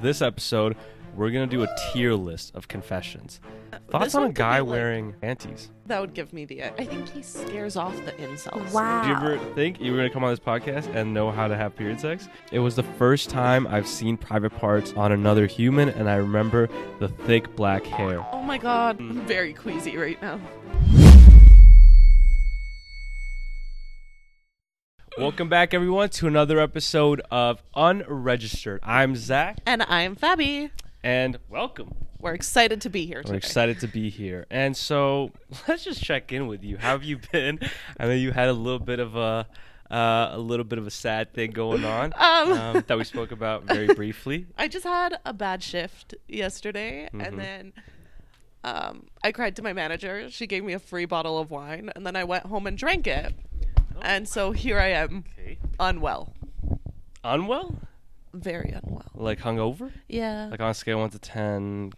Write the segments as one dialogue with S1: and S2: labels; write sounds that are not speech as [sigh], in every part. S1: This episode, we're gonna do a tier list of confessions. Thoughts
S2: this
S1: on
S2: one
S1: a
S2: could
S1: guy
S2: be, like-
S1: wearing panties?
S2: That would give me the. I think he scares off the incels.
S1: Do you ever think you were gonna come on this podcast and know how to have period sex? It was the first time I've seen private parts on another human, and I remember the thick black hair.
S2: Oh my god,
S1: Mm.
S2: I'm very queasy right now.
S1: Welcome back, everyone, to another episode of Unregistered. I'm Zach,
S2: And I'm Fabi.
S1: and welcome.
S2: We're excited to be here today.
S1: We're excited to be here. And so [laughs] let's just check in with you. How have you been? I know you had a little bit of a uh, a little bit of a sad thing going on
S2: Um.
S1: that we spoke about very briefly.
S2: I just had a bad shift yesterday,
S1: Mhm.
S2: and then um, I cried to my manager. She gave me a free bottle of wine, and then I went home and drank it. And so here I am,
S1: Okay.
S2: unwell,
S1: Unwell?
S2: very unwell.
S1: Like hungover?
S2: Yeah.
S1: Like on a scale of one to ten,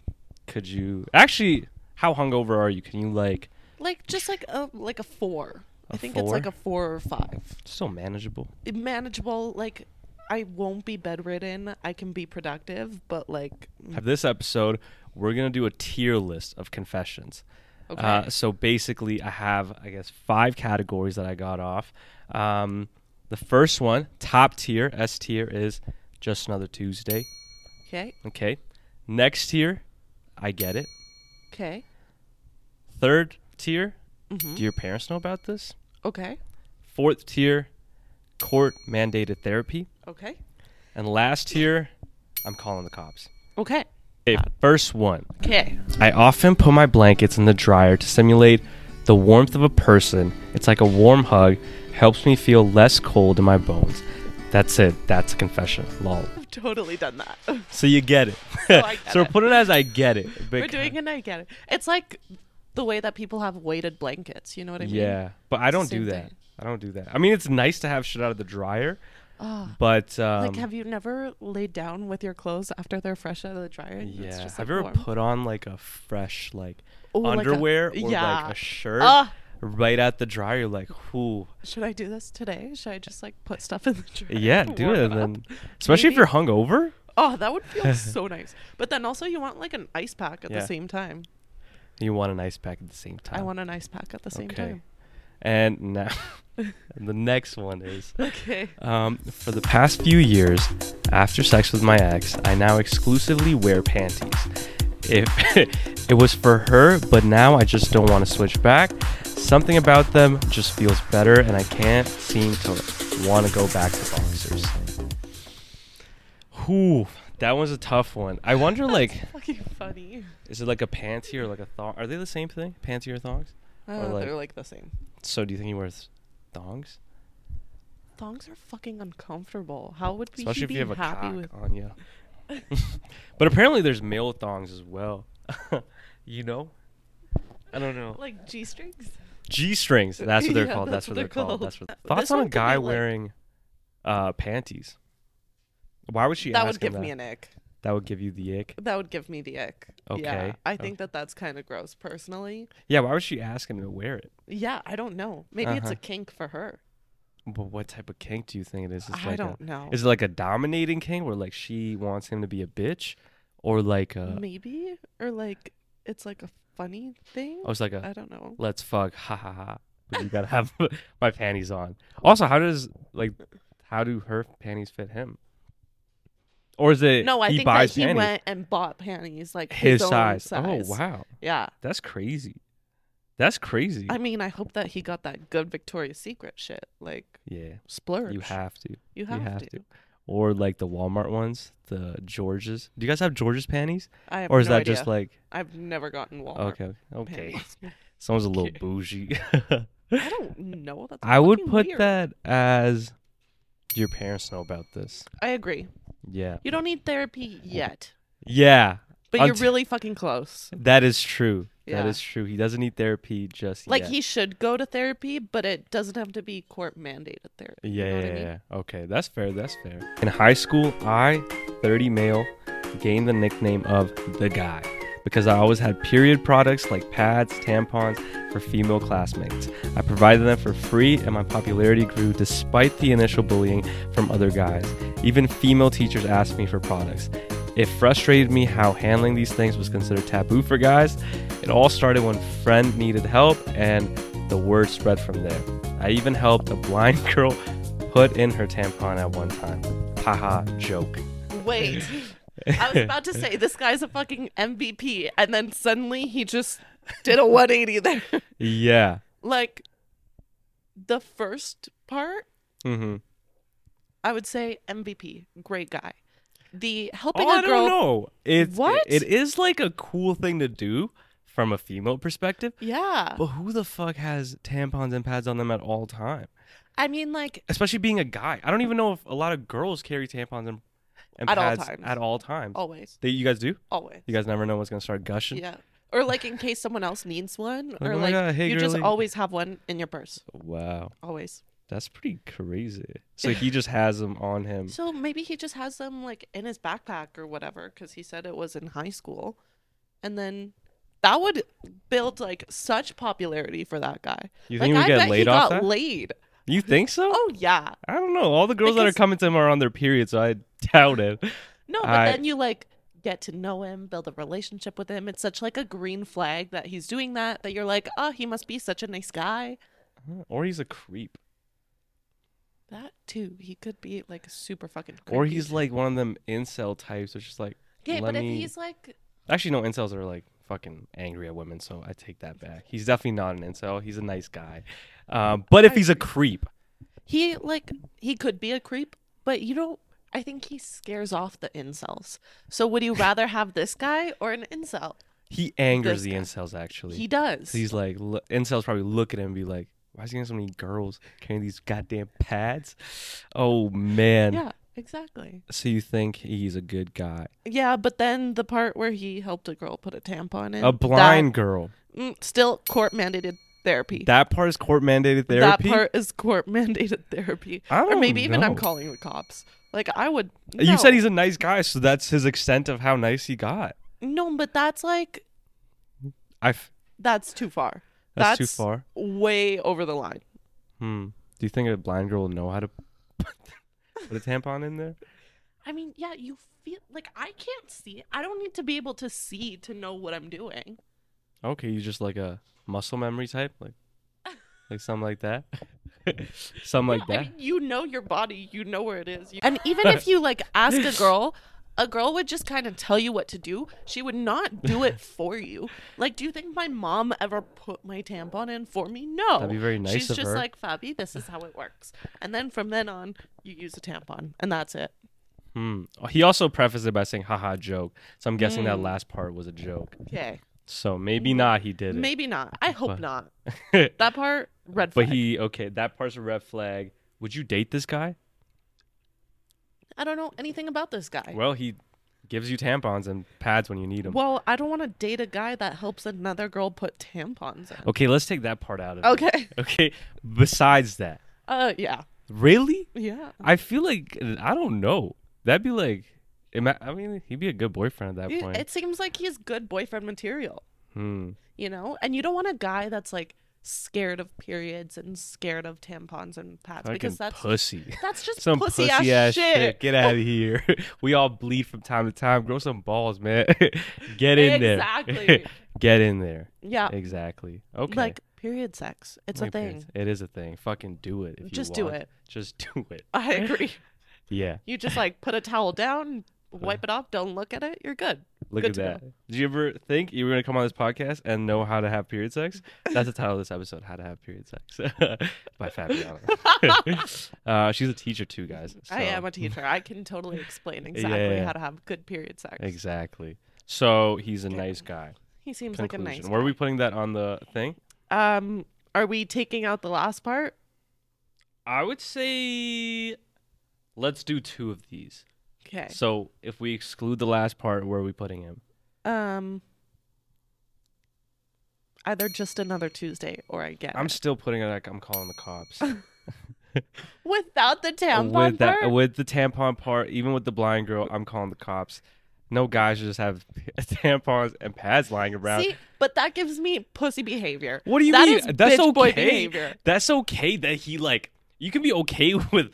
S1: could you actually? How hungover are you? Can you like
S2: Like just like a like a four.
S1: A
S2: I think it's like
S1: four?
S2: a four or five.
S1: still manageable?
S2: manageable. Like, I won't be bedridden. I can be productive, but like,
S1: Have this episode, we're gonna do a tier list of confessions.
S2: okay.
S1: Uh, so basically, I have, I guess, five categories that I got off. Um, the first one, top tier, S tier, is just another Tuesday.
S2: okay.
S1: Okay. Next tier, I get it.
S2: Okay.
S1: Third tier,
S2: Mhm.
S1: do your parents know about this?
S2: Okay.
S1: Fourth tier, court mandated therapy.
S2: Okay.
S1: And last tier, I'm calling the cops.
S2: Okay.
S1: Okay, first one. [laughs]
S2: Okay.
S1: I often put my blankets in the dryer to simulate the warmth of a person. It's like a warm hug, helps me feel less cold in my bones. That's it. That's a confession. Lol.
S2: I've totally done that. [laughs]
S1: So you get it.
S2: Oh,
S1: [laughs]
S2: I get
S1: so we're
S2: it.
S1: putting it as I get it.
S2: We're
S1: because-
S2: doing it. I get it. It's like the way that people have weighted blankets. You know what I mean?
S1: Yeah, but I don't do
S2: Same
S1: that.
S2: thing.
S1: I don't do that. I mean, it's nice to have shit out of the dryer,
S2: Ah.
S1: but um,
S2: like, have you never laid down with your clothes after they're fresh out of the dryer? and it's
S1: yeah,
S2: just,
S1: have
S2: like,
S1: you ever
S2: warm?
S1: put on like a fresh like
S2: Ooh, like a-
S1: underwear or
S2: yeah.
S1: like a shirt
S2: Ah.
S1: right at the dryer? You're Like, whoo.
S2: Should I do this today? Should I just like put stuff in the [laughs] dryer?
S1: Yeah,
S2: to
S1: do
S2: warm
S1: it.
S2: up?
S1: Then, especially if
S2: Maybe.
S1: you're hungover.
S2: Oh, that would
S1: [laughs]
S2: feel so nice. But then also, you want like an ice pack at
S1: Yeah.
S2: the same time.
S1: You want an ice pack at the same time.
S2: I want an ice pack at the same
S1: Okay. And
S2: [laughs]
S1: now, [laughs]
S2: time.
S1: the next one is.
S2: okay.
S1: Um, for the past few years, after sex with my ex, I now exclusively wear panties. If [laughs] it was for her, but now I just don't want to switch back. Something about them just feels better, and I can't seem to want to go back to boxers. Whew, that was a tough one. I
S2: [laughs]
S1: wonder, like,
S2: Fucking funny.
S1: is it like a panty or like a thong? Are they the same thing? Panty or thongs? Or
S2: Uh,
S1: like-
S2: they're like the same.
S1: So, do you think he wears thongs?
S2: Thongs are fucking uncomfortable. How would we
S1: Especially if
S2: be
S1: you have a
S2: happy
S1: cock
S2: with?
S1: on you.
S2: [laughs]
S1: [laughs] but apparently there's male thongs as well. [laughs] you know? I don't know.
S2: Like g strings.
S1: G strings. That's what they're
S2: [laughs] Yeah,
S1: called. That's, what they're called. That's
S2: [laughs]
S1: what. Thoughts
S2: This
S1: on
S2: one
S1: a
S2: could
S1: guy
S2: be, like-
S1: wearing uh, panties? Why would she
S2: that
S1: ask
S2: would give
S1: him
S2: me
S1: that?
S2: an ick.
S1: That would give you the ick.
S2: That would give me the ick. Yeah,
S1: Okay,
S2: I
S1: okay.
S2: think that that's kind of gross, personally.
S1: Yeah, why would she ask him to wear it?
S2: Yeah, I don't know. Maybe it's
S1: Uh-huh.
S2: a kink for her.
S1: But what type of kink do you think it is? Is it
S2: I
S1: like
S2: don't
S1: a,
S2: know.
S1: Is it like a dominating kink where like she wants him to be a bitch, or like a?
S2: Maybe or like it's like a funny thing.
S1: I was like a.
S2: I don't know.
S1: let's fuck ha ha ha but you gotta have [laughs] my panties on also how does like how do her panties fit him or is it
S2: No, I
S1: he
S2: think that
S1: buys
S2: he
S1: panties
S2: went and bought panties like
S1: his,
S2: his, own
S1: size.
S2: size.
S1: oh wow
S2: Yeah.
S1: that's crazy that's crazy
S2: I mean, I hope that he got that good Victoria's Secret shit, like
S1: yeah
S2: splurge.
S1: you have to
S2: You have,
S1: have
S2: to.
S1: to. or like the walmart ones the georges do you guys have georges panties
S2: I have
S1: or is
S2: no
S1: that
S2: idea.
S1: just like
S2: I've never gotten Walmart.
S1: okay okay
S2: panties.
S1: someone's a little
S2: Okay.
S1: bougie
S2: [laughs]
S1: [laughs]
S2: I don't know. That's
S1: i would
S2: fucking
S1: put
S2: weird.
S1: that as your parents know about this
S2: I agree.
S1: yeah
S2: You don't need therapy yet,
S1: yeah
S2: but you're
S1: Unt-
S2: really fucking close.
S1: That is true. That
S2: Yeah.
S1: is true. He doesn't need therapy just
S2: Like
S1: yet.
S2: he should go to therapy, but it doesn't have to be court mandated therapy. you
S1: Yeah,
S2: know what
S1: yeah,
S2: I mean?
S1: yeah. Okay, that's fair. That's fair. In high school, I, 30 male, gained the nickname of the guy because I always had period products like pads, tampons for female classmates. I provided them for free, and my popularity grew despite the initial bullying from other guys. Even female teachers asked me for products. It frustrated me how handling these things was considered taboo for guys. It all started when a friend needed help and the word spread from there. I even helped a blind [laughs] girl put in her tampon at one time. Haha, joke.
S2: Wait.
S1: [laughs]
S2: I was about to say this guy's a fucking MVP, and then suddenly he just did a 180 there. [laughs]
S1: Yeah.
S2: like the first part,
S1: Mm-hmm.
S2: I would say MVP, great guy. The helping
S1: Oh, I
S2: a girl.
S1: don't know. It's
S2: What?
S1: it is like a cool thing to do from a female perspective.
S2: Yeah.
S1: But who the fuck has tampons and pads on them at all time?
S2: I mean, like,
S1: Especially being a guy. I don't even know if a lot of girls carry tampons and, and
S2: At all
S1: pads
S2: times.
S1: at all times.
S2: always,
S1: They, you guys do?
S2: always.
S1: You guys never know what's gonna start gushing.
S2: Yeah. Or like in case someone else needs one, or
S1: oh my
S2: like
S1: God, hey,
S2: you just
S1: girly.
S2: always have one in your purse,
S1: Wow,
S2: always.
S1: that's pretty crazy. So he just has them on him.
S2: So maybe he just has them like in his backpack or whatever, because he said it was in high school, and then that would build like such popularity for that guy.
S1: You
S2: like
S1: think we
S2: I
S1: get
S2: bet he
S1: laid
S2: got
S1: off that?
S2: laid.
S1: you think so?
S2: Oh yeah.
S1: I don't know. All the girls that are
S2: Because-
S1: coming to him are on their period, so I doubt it.
S2: No, but
S1: I-
S2: then you like get to know him, build a relationship with him. It's such like a green flag that he's doing that that you're like, oh, he must be such a nice guy.
S1: [laughs] Or he's a creep.
S2: That too, he could be like super fucking.
S1: Or
S2: creepy.
S1: he's like one of them incel types, which is like,
S2: yeah,
S1: let
S2: but
S1: me.
S2: if he's like,
S1: Actually, no, incels are like fucking angry at women, so I take that back. He's definitely not an incel. He's a nice guy. Um, but if
S2: I
S1: he's a creep,
S2: he like he could be a creep, but you don't. I think he scares off the incels. So would you rather have this guy or an incel?
S1: he angers
S2: This
S1: the
S2: guy.
S1: incels actually.
S2: He does.
S1: So he's like, look, incels probably look at him and be like, why is he getting so many girls carrying these goddamn pads? Oh, man.
S2: yeah, exactly.
S1: So you think he's a good guy?
S2: Yeah, but then the part where he helped a girl put a tampon in
S1: A
S2: that-
S1: blind girl.
S2: Mm, still court mandated therapy.
S1: That part is court mandated therapy.
S2: That part is court [laughs] mandated therapy.
S1: I
S2: or
S1: don't
S2: maybe even I'm
S1: know.
S2: calling the cops. Like I would
S1: Uh, You said
S2: no.
S1: he's a nice guy, so that's his extent of how nice he got.
S2: No, but that's like
S1: I f-
S2: that's too far.
S1: that's, too far.
S2: Way over the line.
S1: Hmm. Do you think a blind girl will know how to [laughs] put a tampon in there?
S2: I mean, yeah, you feel like I can't see. I don't need to be able to see to know what I'm doing.
S1: Okay, you just like a muscle memory type, like like something like that, [laughs] something like
S2: I
S1: that.
S2: [laughs] mean, you know your body, you know where it is. You- And even if you like ask [laughs] a girl, a girl would just kind of tell you what to do. She would not do it for you. Like, do you think my mom ever put my tampon in for me? No.
S1: That'd be very nice
S2: She's
S1: of
S2: just
S1: her.
S2: like, Fabi, this is how it works. And then from then on, you use a tampon, and that's it.
S1: Hmm. He also prefaced it by saying "haha" joke, so I'm guessing
S2: Mm.
S1: that last part was a joke.
S2: Okay.
S1: So
S2: Mm.
S1: maybe not. He did it.
S2: Maybe not. I
S1: But-
S2: hope not. That part, red
S1: [laughs] But
S2: flag.
S1: he okay, that part's a red flag. Would you date this guy?
S2: I don't know anything about this guy.
S1: Well, he gives you tampons and pads when you need them.
S2: Well, I don't want to date a guy that helps another girl put tampons in.
S1: Okay, let's take that part out of it.
S2: Okay.
S1: [laughs] Okay. Besides that,
S2: Uh, yeah.
S1: really?
S2: Yeah.
S1: I feel like I don't know. That'd be like, ima- I mean, he'd be a good boyfriend at that
S2: It,
S1: point.
S2: it seems like he's good boyfriend material,
S1: hmm.
S2: you know? And you don't want a guy that's like scared of periods and scared of tampons and pads because
S1: Fucking
S2: that's
S1: pussy.
S2: [laughs] that's just
S1: Some
S2: pussy,
S1: pussy,
S2: ass, shit.
S1: Get out of here. [laughs] we all bleed from time to time. Grow some balls, man. [laughs] Get in there.
S2: Exactly.
S1: [laughs] Get in there. [laughs]
S2: Yeah.
S1: Exactly. Okay.
S2: Like period sex. It's a
S1: Like,
S2: thing.
S1: It is a thing. Fucking do it. If you
S2: Just do
S1: want.
S2: it. [laughs]
S1: Just [laughs] do it.
S2: I agree.
S1: Yeah.
S2: You just like put a towel down, wipe it off, don't look at it, you're good.
S1: Look
S2: Good
S1: at
S2: to
S1: that. Did you ever think you were gonna come on this podcast and know how to have period sex? That's the title of this episode: How to Have Period Sex [laughs] by Fabiana. [laughs] uh, she's a teacher too, guys.
S2: I
S1: so-
S2: am a teacher. I can
S1: [laughs]
S2: totally explain exactly
S1: yeah.
S2: how to have good period sex.
S1: exactly. So he's a nice guy.
S2: He seems
S1: Conclusion.
S2: like a nice
S1: Where are we putting that on the thing?
S2: guy. Um are we taking out the last part?
S1: I would say, let's do two of these.
S2: Okay.
S1: So if we exclude the last part, where are we putting him?
S2: Um, either just another Tuesday or I get
S1: I'm
S2: it.
S1: still putting it. Like I'm calling the cops.
S2: without the tampon
S1: with that
S2: part?
S1: with the tampon part, even with the blind girl, I'm calling the cops. No guy should just have [laughs] tampons and pads lying around.
S2: See, but that gives me pussy behavior.
S1: what do you
S2: That
S1: mean?
S2: is
S1: That's
S2: bitch
S1: okay.
S2: boy behavior.
S1: That's okay that he like you can be okay [laughs] with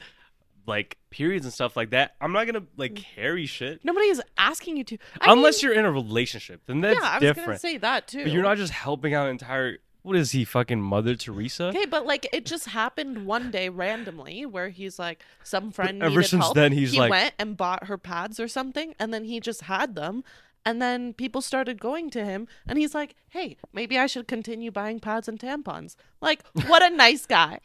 S1: like periods and stuff like that, I'm not gonna like carry shit
S2: Nobody is asking you to. I
S1: unless
S2: mean,
S1: you're in a relationship. Then that's
S2: yeah, I was gonna
S1: different.
S2: say that too.
S1: but you're not just helping out an entire. What is he fucking Mother Teresa?
S2: Okay, but like it just happened one day randomly where he's like some friend
S1: ever
S2: needed
S1: since
S2: help.
S1: then, he's
S2: he
S1: like-
S2: went and bought her pads or something and then he just had them and then people started going to him and he's like, "Hey, maybe I should continue buying pads and tampons." Like, what a nice guy.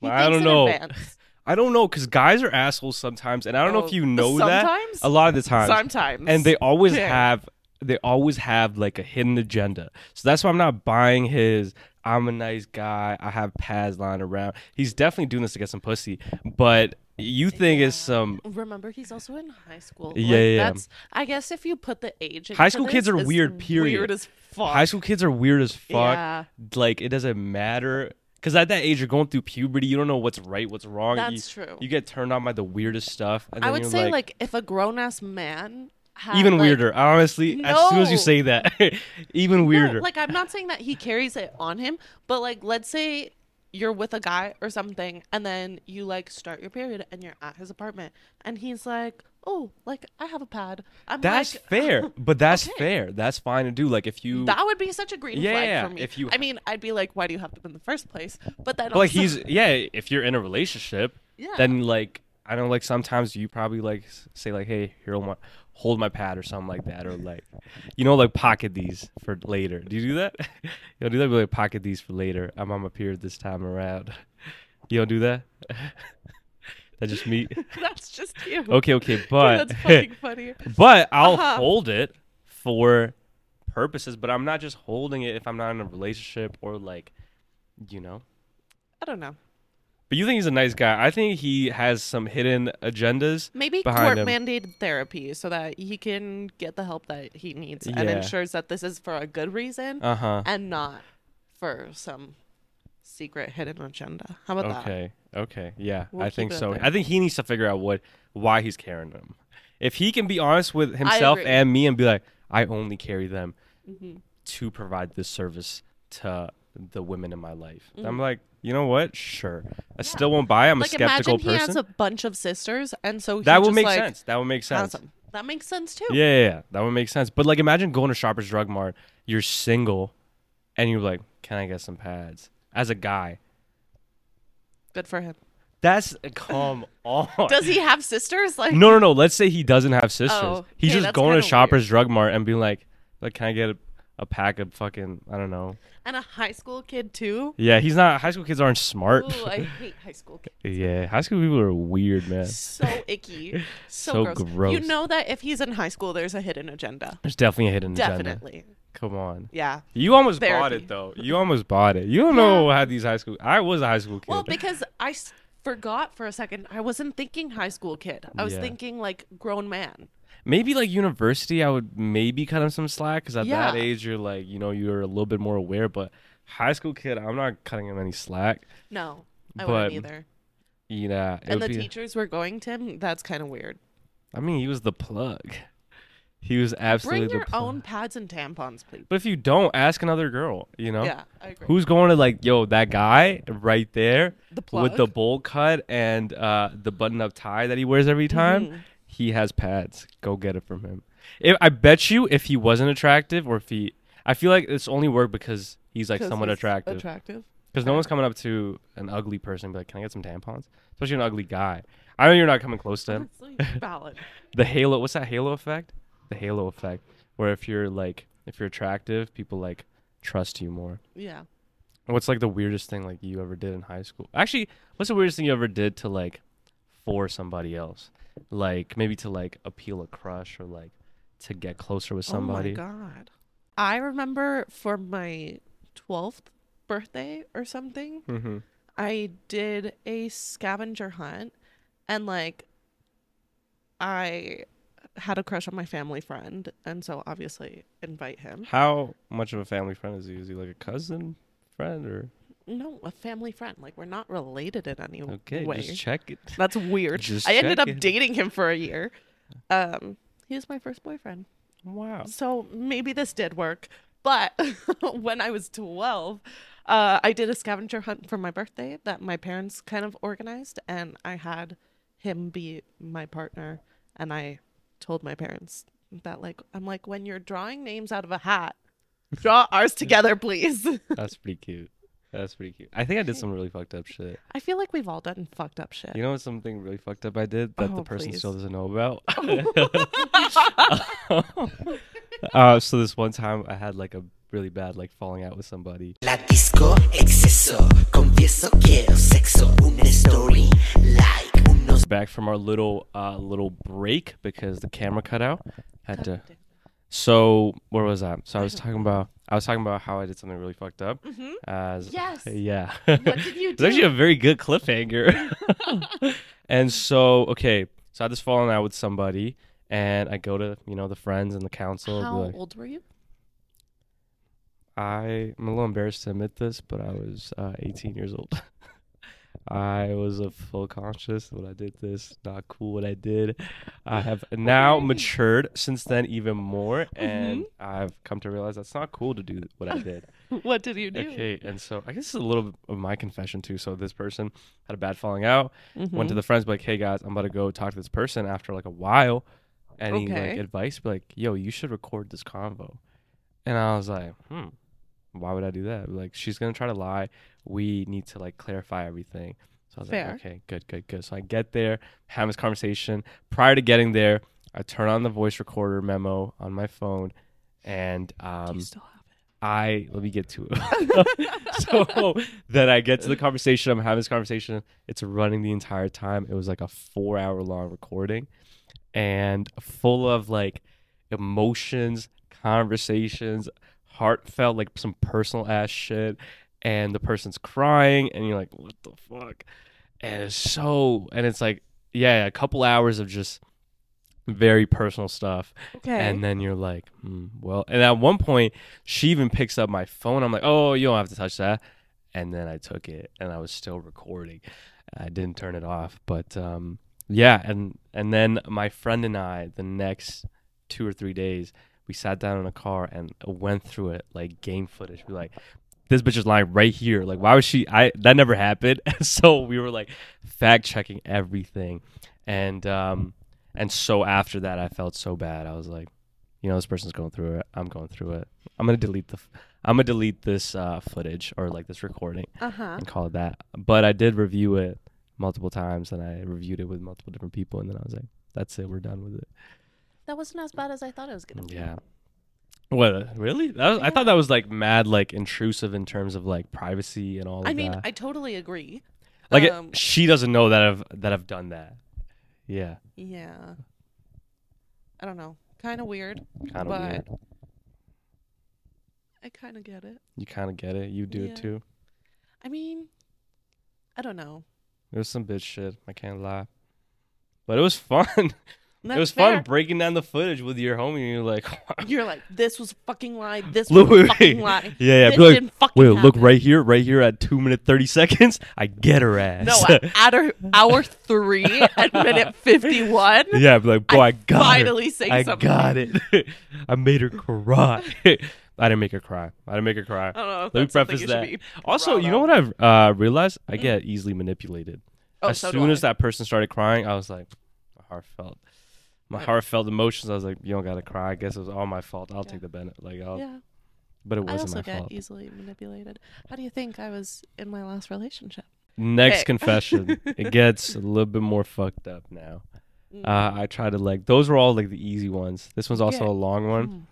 S2: He
S1: I
S2: thinks
S1: don't know.
S2: in advance.
S1: I don't know because guys are assholes sometimes, and I don't know if
S2: Oh,
S1: you know
S2: sometimes?
S1: that. A lot of the [laughs] times,
S2: Sometimes.
S1: and they always
S2: Yeah.
S1: have they always have like a hidden agenda. So that's why I'm not buying his. I'm a nice guy. I have pads lying around. He's definitely doing this to get some pussy, but you think it's some
S2: Remember, he's also in high school.
S1: Yeah, yeah, yeah.
S2: That's, I guess if you put the age.
S1: High
S2: into
S1: school
S2: this,
S1: kids are
S2: it's
S1: weird, period.
S2: Weird as fuck.
S1: high school kids are weird as fuck.
S2: Yeah.
S1: Like it doesn't matter because at that age you're going through puberty. You don't know what's right, what's wrong.
S2: That's
S1: you,
S2: true.
S1: You get turned on by the weirdest stuff. And
S2: I
S1: then
S2: would
S1: you're
S2: say like, if a grown ass man had,
S1: even
S2: like-
S1: weirder. Honestly, as soon as you
S2: No.
S1: say that, [laughs] even
S2: No,
S1: weirder.
S2: like I'm not saying that he carries it on him, but like let's say you're with a guy or something, and then you like start your period, and you're at his apartment, and he's like, "Oh, like I have a pad." I'm
S1: that's
S2: like, [laughs]
S1: fair, but that's
S2: Okay.
S1: fair. That's fine to do. Like if you,
S2: That would be such a green
S1: Yeah,
S2: flag for me.
S1: if you-
S2: I mean, I'd be like, "Why do you have them in the first place?" But then
S1: but, like
S2: also- [laughs]
S1: he's yeah. If you're in a relationship,
S2: Yeah.
S1: then like I don't like sometimes you probably like s- say like, hey, here, hold my, hold my pad or something like that, or like, you know, like pocket these for later. Do you do that? [laughs] you don't do that. Be like pocket these for later. I'm on my period this time around. [laughs] you don't do that. [laughs] that just
S2: [laughs]
S1: me.
S2: that's just you.
S1: Okay, okay, but [laughs]
S2: [laughs] that's fucking funny.
S1: But I'll
S2: Uh-huh.
S1: hold it for purposes, but I'm not just holding it if I'm not in a relationship or like, you know.
S2: I don't know.
S1: But you think he's a nice guy. I think he has some hidden agendas.
S2: Maybe
S1: Behind
S2: court
S1: him.
S2: mandated therapy so that he can get the help that he needs and
S1: Yeah.
S2: ensures that this is for a good reason
S1: Uh huh.
S2: and not for some secret hidden agenda. How about that?
S1: Okay. Okay. Yeah.
S2: Uh. We'll
S1: I
S2: keep
S1: think
S2: it at
S1: so.
S2: that.
S1: I think he needs to figure out what why he's carrying them. If he can be honest with himself
S2: agree. Mm-hmm.
S1: and me and be like, I only carry them to provide this service to the women in my life. I'm like, you know what? Sure. I still won't buy. I'm
S2: Mm-hmm. Like
S1: a skeptical
S2: imagine he
S1: person.
S2: has a bunch of sisters and so he
S1: that would
S2: just,
S1: make
S2: like,
S1: sense. That would make
S2: has
S1: sense.
S2: 'em. That makes sense too.
S1: Yeah, yeah, yeah, that would make sense. But like, imagine going to Shoppers Drug Mart. You're single, and you're like, "Can I get some pads?" As a guy,
S2: Good for him.
S1: that's uh, come on.
S2: [laughs] Does he have sisters? Like
S1: no, no, no. Let's say he doesn't have sisters.
S2: Oh,
S1: He's
S2: okay,
S1: just
S2: that's
S1: going to
S2: kinda
S1: Shoppers Drug Mart and being like, "Like, can I get a, a pack of fucking I don't know."
S2: and a high school kid too?
S1: Yeah, he's not. High school kids aren't smart.
S2: Ooh, I hate high school
S1: [laughs]
S2: kids.
S1: yeah, high school people are weird, man.
S2: So icky. So,
S1: So
S2: gross. You
S1: gross.
S2: know that if he's in high school there's a hidden agenda.
S1: There's definitely a hidden agenda.
S2: Definitely.
S1: Come on.
S2: Yeah.
S1: You almost bought
S2: Therapy.
S1: it though. You almost bought it.
S2: [laughs]
S1: You don't know how these high school. I was a high school kid.
S2: Well, because I s- forgot for a second. I wasn't thinking high school kid. I was
S1: Yeah.
S2: thinking like grown man.
S1: maybe like university i would maybe cut him some slack because at that
S2: Yeah.
S1: age you're like you know you're a little bit more aware but high school kid i'm not cutting him any slack
S2: No, I
S1: But
S2: wouldn't either.
S1: yeah it
S2: And
S1: would
S2: the
S1: be-
S2: teachers were going to him. That's kind of weird.
S1: i mean he was the plug he was absolutely
S2: Bring your
S1: the plug
S2: own pads and tampons, please.
S1: but if you don't ask another girl you know
S2: Yeah, I agree.
S1: who's going to like yo that guy right there
S2: The
S1: with the
S2: plug?
S1: bowl cut and uh the button up tie that he wears every time
S2: Mm-hmm.
S1: he has pads go get it from him if, i bet you if he wasn't attractive or if he i feel like it's only worked because he's like
S2: 'Cause
S1: somewhat
S2: he's
S1: attractive
S2: Attractive.
S1: because no one's coming up to an ugly person and be like can i get some tampons especially an ugly guy i know you're not coming close to
S2: [laughs]
S1: him
S2: It's
S1: [laughs]
S2: like valid.
S1: the halo what's that halo effect the halo effect where if you're like if you're attractive people like trust you more
S2: Yeah. Oh
S1: What's like the weirdest thing like you ever did in high school? Actually, what's the weirdest thing you ever did to like for somebody else? Like maybe to like appeal a crush or like to get closer with somebody.
S2: Oh my god. I remember for my 12th birthday or something,
S1: Mhm.
S2: I did a scavenger hunt and like I had a crush on my family friend and so obviously invite him.
S1: How much of a family friend is he? Is he like a cousin friend or
S2: No, a family friend. Like we're not related in any
S1: okay?
S2: way.
S1: Just check it.
S2: That's weird.
S1: Just
S2: I ended up
S1: checking.
S2: dating him for a year. Um he was my first boyfriend.
S1: Wow.
S2: So maybe this did work. But [laughs] when I was 12, uh, I did a scavenger hunt for my birthday that my parents kind of organized, and I had him be my partner and I told my parents that like I'm like when you're drawing names out of a hat, draw
S1: [laughs]
S2: ours together, please.
S1: That's pretty cute. That's pretty cute. I think I did some really fucked up shit.
S2: I feel like we've all done fucked up shit.
S1: You know something really fucked up I did that
S2: Oh,
S1: the person
S2: please.
S1: still doesn't know
S2: [laughs]
S1: about?
S2: Oh.
S1: [laughs] uh, so this one time I had like a really bad like falling out with somebody.
S3: La disco exceso, confieso quiero sexo, una story like unos
S1: Back from our little uh little break because the camera cut out. Had to
S2: damn.
S1: So where was I? So I was talking about I was talking about how I did something really fucked up.
S2: Mhm.
S1: As
S2: Yes.
S1: [laughs] yeah.
S2: did
S1: [laughs]
S2: you
S1: It's actually a very good
S2: [laughs]
S1: cliffhanger. [laughs] and so, okay, so I had this falling out with somebody, and I go to you know the friends and the council.
S2: How
S1: Like,
S2: old were you?
S1: I am a little embarrassed to admit this, but I was uh, 18 years old. [laughs] I was a full conscious when I did this. Not cool what I did. I have now matured since then even more, and I've come to realize that's not cool to do what I did.
S2: What did you do?
S1: Okay, and so I guess it's a little bit of my confession too. So this person had a bad falling out.
S2: Mm-hmm.
S1: Went to the friends, be like, "Hey guys, I'm about to go talk to this person." After like a while, any like
S2: Okay.
S1: advice, be like, "Yo, you should record this convo." And I was like, "Hmm, why would I do that?" Like, she's gonna try to lie. We need to like clarify everything. So I was
S2: Fair.
S1: like, "Okay, good, good, good." So I get there, have this conversation. Prior to getting there, I turn on the voice recorder memo on my phone, and um,
S2: You still have it.
S1: I let me get to it. [laughs] so then I get to the conversation. I'm having this conversation. It's running the entire time. It was like a four hour long recording and full of like emotions, conversations, heartfelt, like some personal ass shit. And the person's crying, and you're like, what the fuck? And it's so, and it's like, yeah, a couple hours of just very personal stuff.
S2: Okay.
S1: And then you're like, hmm, well, and at one point, she even picks up my phone. I'm like, oh, you don't have to touch that. And then I took it, and I was still recording. I didn't turn it off, but um, yeah. And and then my friend and I, the next two or three days, we sat down in a car and went through it like game footage. We like, this bitch is lying right here. Like, why was she? I that never happened. [laughs] so we were like fact checking everything, and um, and so after that, I felt so bad. I was like, you know, this person's going through it. I'm going through it. I'm gonna delete the. F- I'm gonna delete this uh, footage or like this recording
S2: uh huh.
S1: and call it that. But I did review it multiple times, and I reviewed it with multiple different people, and then I was like, that's it. We're done with it.
S2: That wasn't as bad as I thought it was gonna be.
S1: Yeah. Mm-hmm. What uh, really? That was, I thought that was like mad, like intrusive in terms of like privacy and all.
S2: I
S1: of
S2: mean,
S1: that.
S2: I totally agree.
S1: like it-
S2: um,
S1: she doesn't know that I've that I've done that. Yeah,
S2: Yeah. I don't know. Kind of weird.
S1: kind of
S2: But-
S1: weird.
S2: I kind of get it.
S1: You kind of get it. You do
S2: Yeah.
S1: it too.
S2: I mean, I don't know.
S1: There's some bitch shit. I can't lie. But it was [laughs] fun. it
S2: That's
S1: was
S2: fair.
S1: fun breaking down the footage with your homie. And you're like, [laughs]
S2: [laughs] You're like, this was a fucking lie. This
S1: Look,
S2: was a
S1: wait,
S2: fucking
S1: wait.
S2: lie.
S1: [laughs] yeah, yeah.
S2: This
S1: be like,
S2: didn't fucking
S1: wait, look
S2: happen."
S1: right here, right here at two minute thirty seconds. I get her ass. [laughs]
S2: No, at her, hour three at minute 51,
S1: yeah, I'd be like, boy, I, got
S2: finally
S1: her.
S2: saying
S1: I
S2: something.
S1: got it. [laughs] I made her
S2: [laughs]
S1: cry. [laughs] I didn't make her cry. I didn't make her cry.
S2: I don't know. If
S1: Let me
S2: that's something
S1: preface
S2: you
S1: that.
S2: should be
S1: Also,
S2: proud
S1: you know
S2: of. Mm.
S1: what I've uh, realized? I get easily manipulated.
S2: Oh,
S1: as
S2: so do
S1: soon
S2: I.
S1: as that person started crying, I was like, my heart felt, my
S2: Yeah.
S1: heart felt emotions. I was like, you don't gotta cry. I guess it was all my fault. I'll take the benefit. Like, I'll,
S2: Yeah,
S1: but it
S2: I
S1: wasn't
S2: also
S1: my
S2: get
S1: fault.
S2: easily manipulated. How do you think I was in my last relationship?
S1: Next
S2: Hey. [laughs]
S1: confession. it gets a little bit more fucked up now.
S2: Mm.
S1: Uh, I try to like those were all like the easy ones. This one's also
S2: Yeah. Mm.
S1: a long one.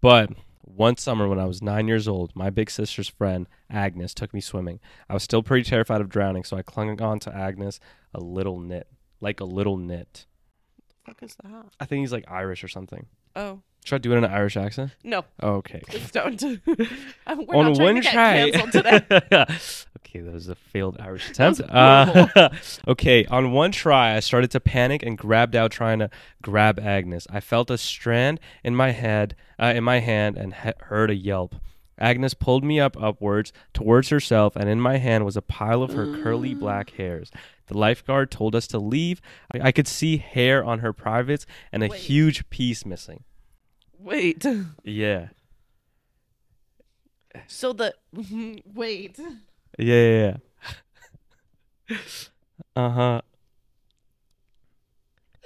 S1: But one summer when I was nine years old, my big sister's friend, Agnes, took me swimming. I was still pretty terrified of drowning, so I clung on to Agnes a little knit. Like a little knit.
S2: What the fuck is that?
S1: I think he's like Irish or something.
S2: Oh,
S1: Should I do it in an Irish accent?
S2: no.
S1: Okay.
S2: Please don't. [laughs] I'm- We're
S1: on
S2: not trying
S1: one
S2: to get
S1: try. [laughs]
S2: canceled today.
S1: okay, that was a failed Irish attempt. Uh, [laughs] okay, on one try, I started to panic and grabbed out trying to grab Agnes. I felt a strand in my head, uh, in my hand, and he- heard a yelp. Agnes pulled me up upwards towards herself, and in my hand was a pile of her curly
S2: Mm.
S1: black hairs. The lifeguard told us to leave. I, I could see hair on her privates and a
S2: Wait.
S1: huge piece missing.
S2: Wait.
S1: Yeah.
S2: So the [laughs] wait.
S1: Yeah, yeah, yeah. uh huh. Uh-huh.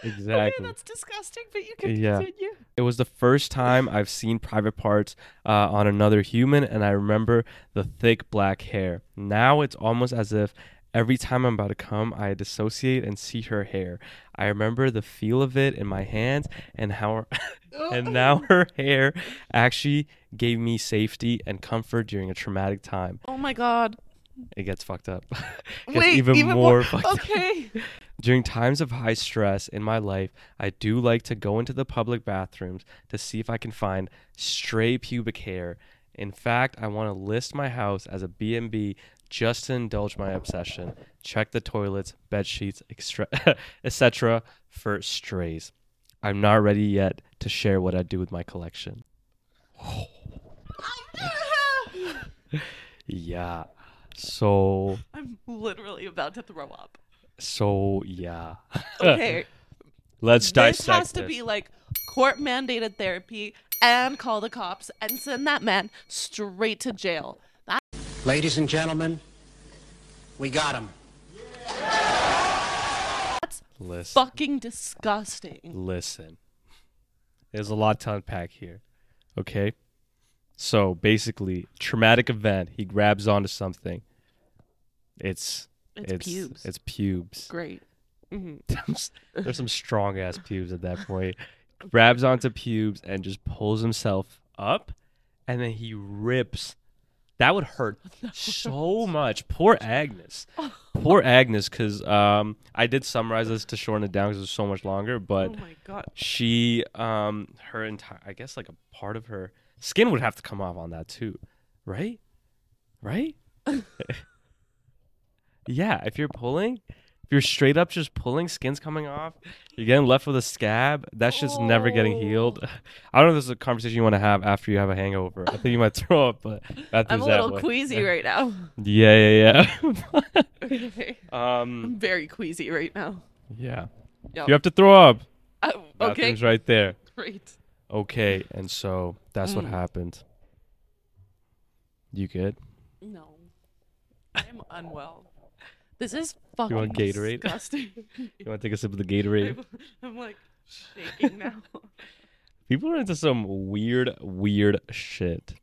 S1: Exactly.
S2: Okay, that's disgusting, but you can
S1: Yeah.
S2: continue.
S1: It was the first time I've seen private parts uh, on another human, and I remember the thick black hair. Now it's almost as if every time I'm about to come, I dissociate and see her hair. I remember the feel of it in my hands, and how, [laughs] and now
S2: [laughs]
S1: her hair actually gave me safety and comfort during a traumatic time.
S2: Oh my god.
S1: It gets fucked up. [laughs] It gets
S2: Wait,
S1: even, more, fucked up.
S2: Okay.
S1: [laughs]
S2: [laughs]
S1: During times of high stress in my life, I do like to go into the public bathrooms to see if I can find stray pubic hair. In fact, I want to list my house as a B&B just to indulge my obsession. Check the toilets, bed sheets, [laughs] extra- etc. for strays. I'm not ready yet to share what I do with my collection. [laughs] Yeah. So
S2: I'm literally about to
S1: [laughs]
S2: throw up.
S1: so yeah.
S2: Okay.
S1: Let's
S2: this
S1: Uh, dissect
S2: has to
S1: this.
S2: be like court mandated therapy and call the cops and send that man straight to jail. That
S4: Ladies and gentlemen, we got him.
S1: Listen.
S2: fucking disgusting.
S1: Listen, there's a lot to unpack here. Okay. So basically, traumatic event. He grabs onto something. It's
S2: It's pubes.
S1: It's pubes.
S2: Great.
S1: [laughs] There's some strong ass pubes at that point. Grabs onto pubes and just pulls himself up, and then he rips. That would hurt so much. Poor Agnes. Poor Agnes, because um, I did summarize this to shorten it down because it was so much longer. But
S2: Oh my god.
S1: she um her entire i guess like a part of her skin would have to come off on that too right
S2: [laughs]
S1: right yeah if you're pulling if you're straight up just pulling skin's coming off you're getting left with a scab that shit's never getting
S2: Oh.
S1: healed [laughs] i don't know if this is a conversation you want to have after you have a hangover i think you might [laughs] throw up but that
S2: I'm a
S1: thing's that
S2: little
S1: way. [laughs]
S2: queasy right now. [laughs]
S1: yeah yeah
S2: Okay. [laughs]
S1: yeah um
S2: I'm very queasy right now.
S1: yeah
S2: Yep.
S1: you have to throw up
S2: Oh, okay.
S1: Bathroom's right there
S2: Great.
S1: Okay, and so that's
S2: Mm.
S1: what happened. You good?
S2: No. I'm unwell. This is fucking
S1: want Gatorade? [laughs]
S2: disgusting.
S1: You want to take a sip of the Gatorade?
S2: [laughs] I'm like
S1: [laughs]
S2: shaking now.
S1: People are into some weird, weird shit.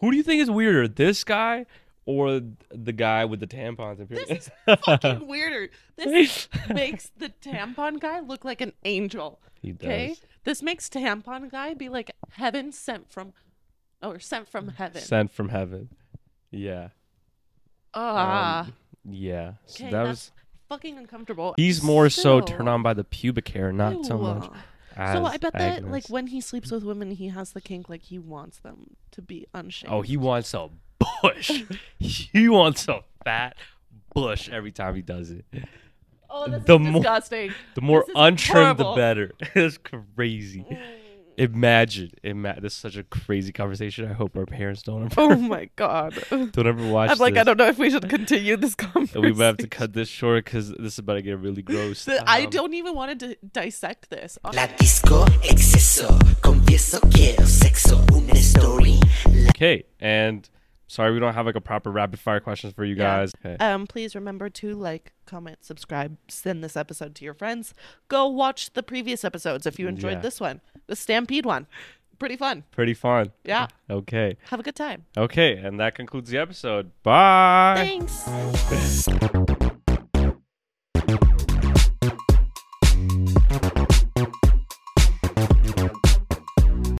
S1: Who do you think is weirder, this guy or the guy with the tampons? and
S2: This
S1: [laughs] piercings?
S2: is fucking weirder.
S1: [laughs]
S2: This makes the tampon guy look like an angel.
S1: he
S2: Okay?
S1: does.
S2: This makes tampon guy be like heaven sent from or sent from heaven.
S1: Sent from heaven. Yeah,
S2: Ah.
S1: yeah. So
S2: okay,
S1: that
S2: that's
S1: was.
S2: fucking uncomfortable.
S1: He's more so
S2: Still.
S1: turned on by the pubic hair, not so
S2: Ew.
S1: much. As
S2: So I bet that like
S1: Agnes.
S2: when he sleeps with women, he has the kink like he wants them to be unshaved.
S1: Oh, he wants a bush. [laughs] he wants a fat bush every time he does it.
S2: Oh, this
S1: the
S2: is
S1: more-
S2: disgusting.
S1: The more
S2: This is
S1: untrimmed,
S2: horrible. Mm.
S1: the better. [laughs] it's crazy. Imagine, ima- this is such a crazy conversation. I hope our parents don't ever,
S2: Oh my god.
S1: [laughs]
S2: I'm
S1: don't ever watch.
S2: like,
S1: this.
S2: I don't know if we should continue this
S1: [laughs]
S2: conversation.
S1: We might have to cut this short because this is about to get really gross. [laughs]
S2: [laughs] The- I
S1: Um,
S2: don't even want to di- dissect this.
S3: La disco, exceso, confieso quiero sexo, una story.
S1: Okay, and sorry we don't have like a proper rapid fire questions for you
S2: Yeah.
S1: guys. Okay.
S2: Um, please remember to like, comment, subscribe, send this episode to your friends. Go watch the previous episodes if you enjoyed
S1: Yeah.
S2: this one, the Stampede one. Pretty fun.
S1: Pretty fun.
S2: Yeah.
S1: Okay.
S2: Have a good time.
S1: Okay, and that concludes the episode. Bye.
S2: Thanks.